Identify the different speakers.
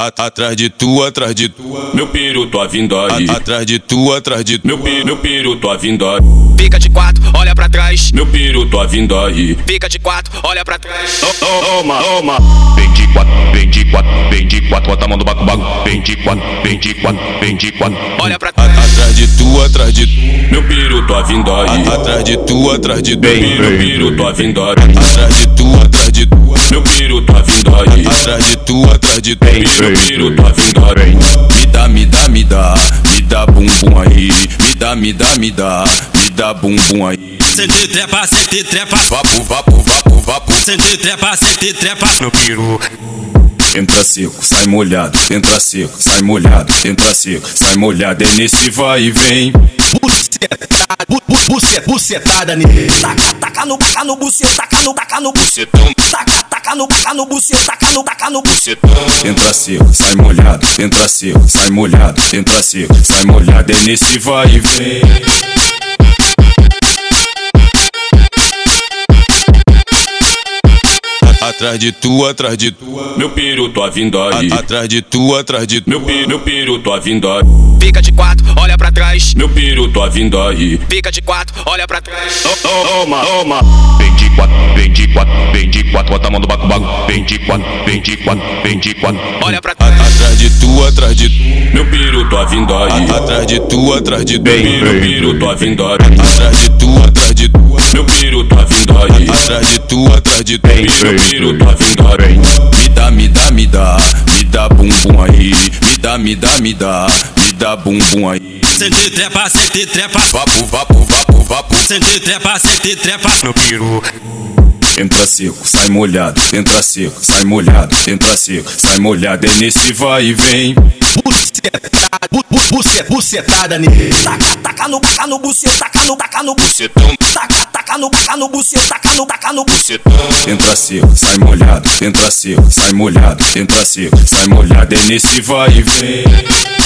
Speaker 1: At- Atrás de tu, atrás de tu,
Speaker 2: Meu peru, tô vindo aí.
Speaker 1: At- atrás de tu, atrás de tu.
Speaker 2: Meu peru, meu peru, tô vindo aí.
Speaker 3: Fica de quatro, olha pra trás.
Speaker 2: Meu peru, tô vindo aí.
Speaker 3: Fica de quatro, olha pra trás.
Speaker 2: Toma, toma.
Speaker 4: Vem de quatro, vem de quatro, vem de quatro, bota a mão no baco, baco. Vem de quatro, vem de quatro, vem de quatro.
Speaker 3: Olha pra
Speaker 1: At-
Speaker 3: trás.
Speaker 1: Atrás de tu, atrás de tu,
Speaker 2: Meu peru, tô vindo aí.
Speaker 1: At- atrás de tu, atrás de tu.
Speaker 4: Bem.
Speaker 2: Meu peru, tô vindo aí.
Speaker 1: Atrás de tu, atrás de tu,
Speaker 2: Meu peru, tô vindo aí.
Speaker 1: atrás de tu, atrás de tu.
Speaker 2: Meu peru,
Speaker 1: tá
Speaker 2: tô vindo aí.
Speaker 1: Me dá, me dá, me dá, me dá bumbum aí. Me dá, me dá, me dá, me dá bumbum aí.
Speaker 5: Sente trepa, sente trepa,
Speaker 1: Vapo, vapo, vapo, vapo.
Speaker 5: sente trepa, sente trepa.
Speaker 1: Entra seco, sai molhado, entra seco, sai molhado, entra seco, sai molhado. É nesse vai e vem.
Speaker 6: bucetada, bu, bu, buce, bucetada nele. Taca, taca no, taca no bucetão, taca no, taca no bucetão. Taca, taca no, taca no bucetão, taca no, taca no bucetão.
Speaker 1: tá- Entra seco, sai molhado, entra seco, sai molhado, entra seco, sai molhado, é nesse vai e vem. Atrás de tu, atrás de tu,
Speaker 2: Meu peru, tô vindo aí.
Speaker 1: atrás de tu, atrás de tu,
Speaker 2: Meu peru, meu peru, tô vindo aí.
Speaker 3: Fica de quatro, olha pra trás.
Speaker 2: Meu peru, tô vindo aí.
Speaker 3: Fica de quatro, olha pra trás.
Speaker 2: Toma, toma.
Speaker 4: Vem de quatro, vem de quatro, vem de quatro, bota a mão no baco, baco. Vem de quatro, vem de quatro, vem de quatro.
Speaker 3: Olha pra trás.
Speaker 1: atrás de tu, atrás de tu,
Speaker 2: Meu peru, tô vindo aí.
Speaker 1: atrás de tu, atrás de tu,
Speaker 2: Meu peru, tô vindo aí.
Speaker 1: atrás de tu, atrás de tu,
Speaker 2: Meu peru, tô vindo aí.
Speaker 1: atrás de tu, atrás de tu.
Speaker 2: Meu peru, tô vindo aí.
Speaker 1: Me dá, me dá, me dá, me dá bumbum aí. Me dá, me dá, me dá, me dá bumbum aí.
Speaker 5: Sente trepa, sente trepa,
Speaker 1: Vapo, vapo, vapo, vapo.
Speaker 5: sente trepa, sente trepa.
Speaker 1: Entra seco, sai molhado. Entra seco, sai molhado. Entra seco, sai molhado. É nesse vai e vem.
Speaker 6: Bucetada, bu, bu, buce, bucetada nele. Taca, taca no, taca no bucetão, taca no, taca no bucetão. Taca, taca no, taca no bucetão, taca no, taca no bucetão.
Speaker 1: Entra seco, sai molhado. Entra seco, sai molhado. Entra seco, sai molhado. É nesse vai e vem.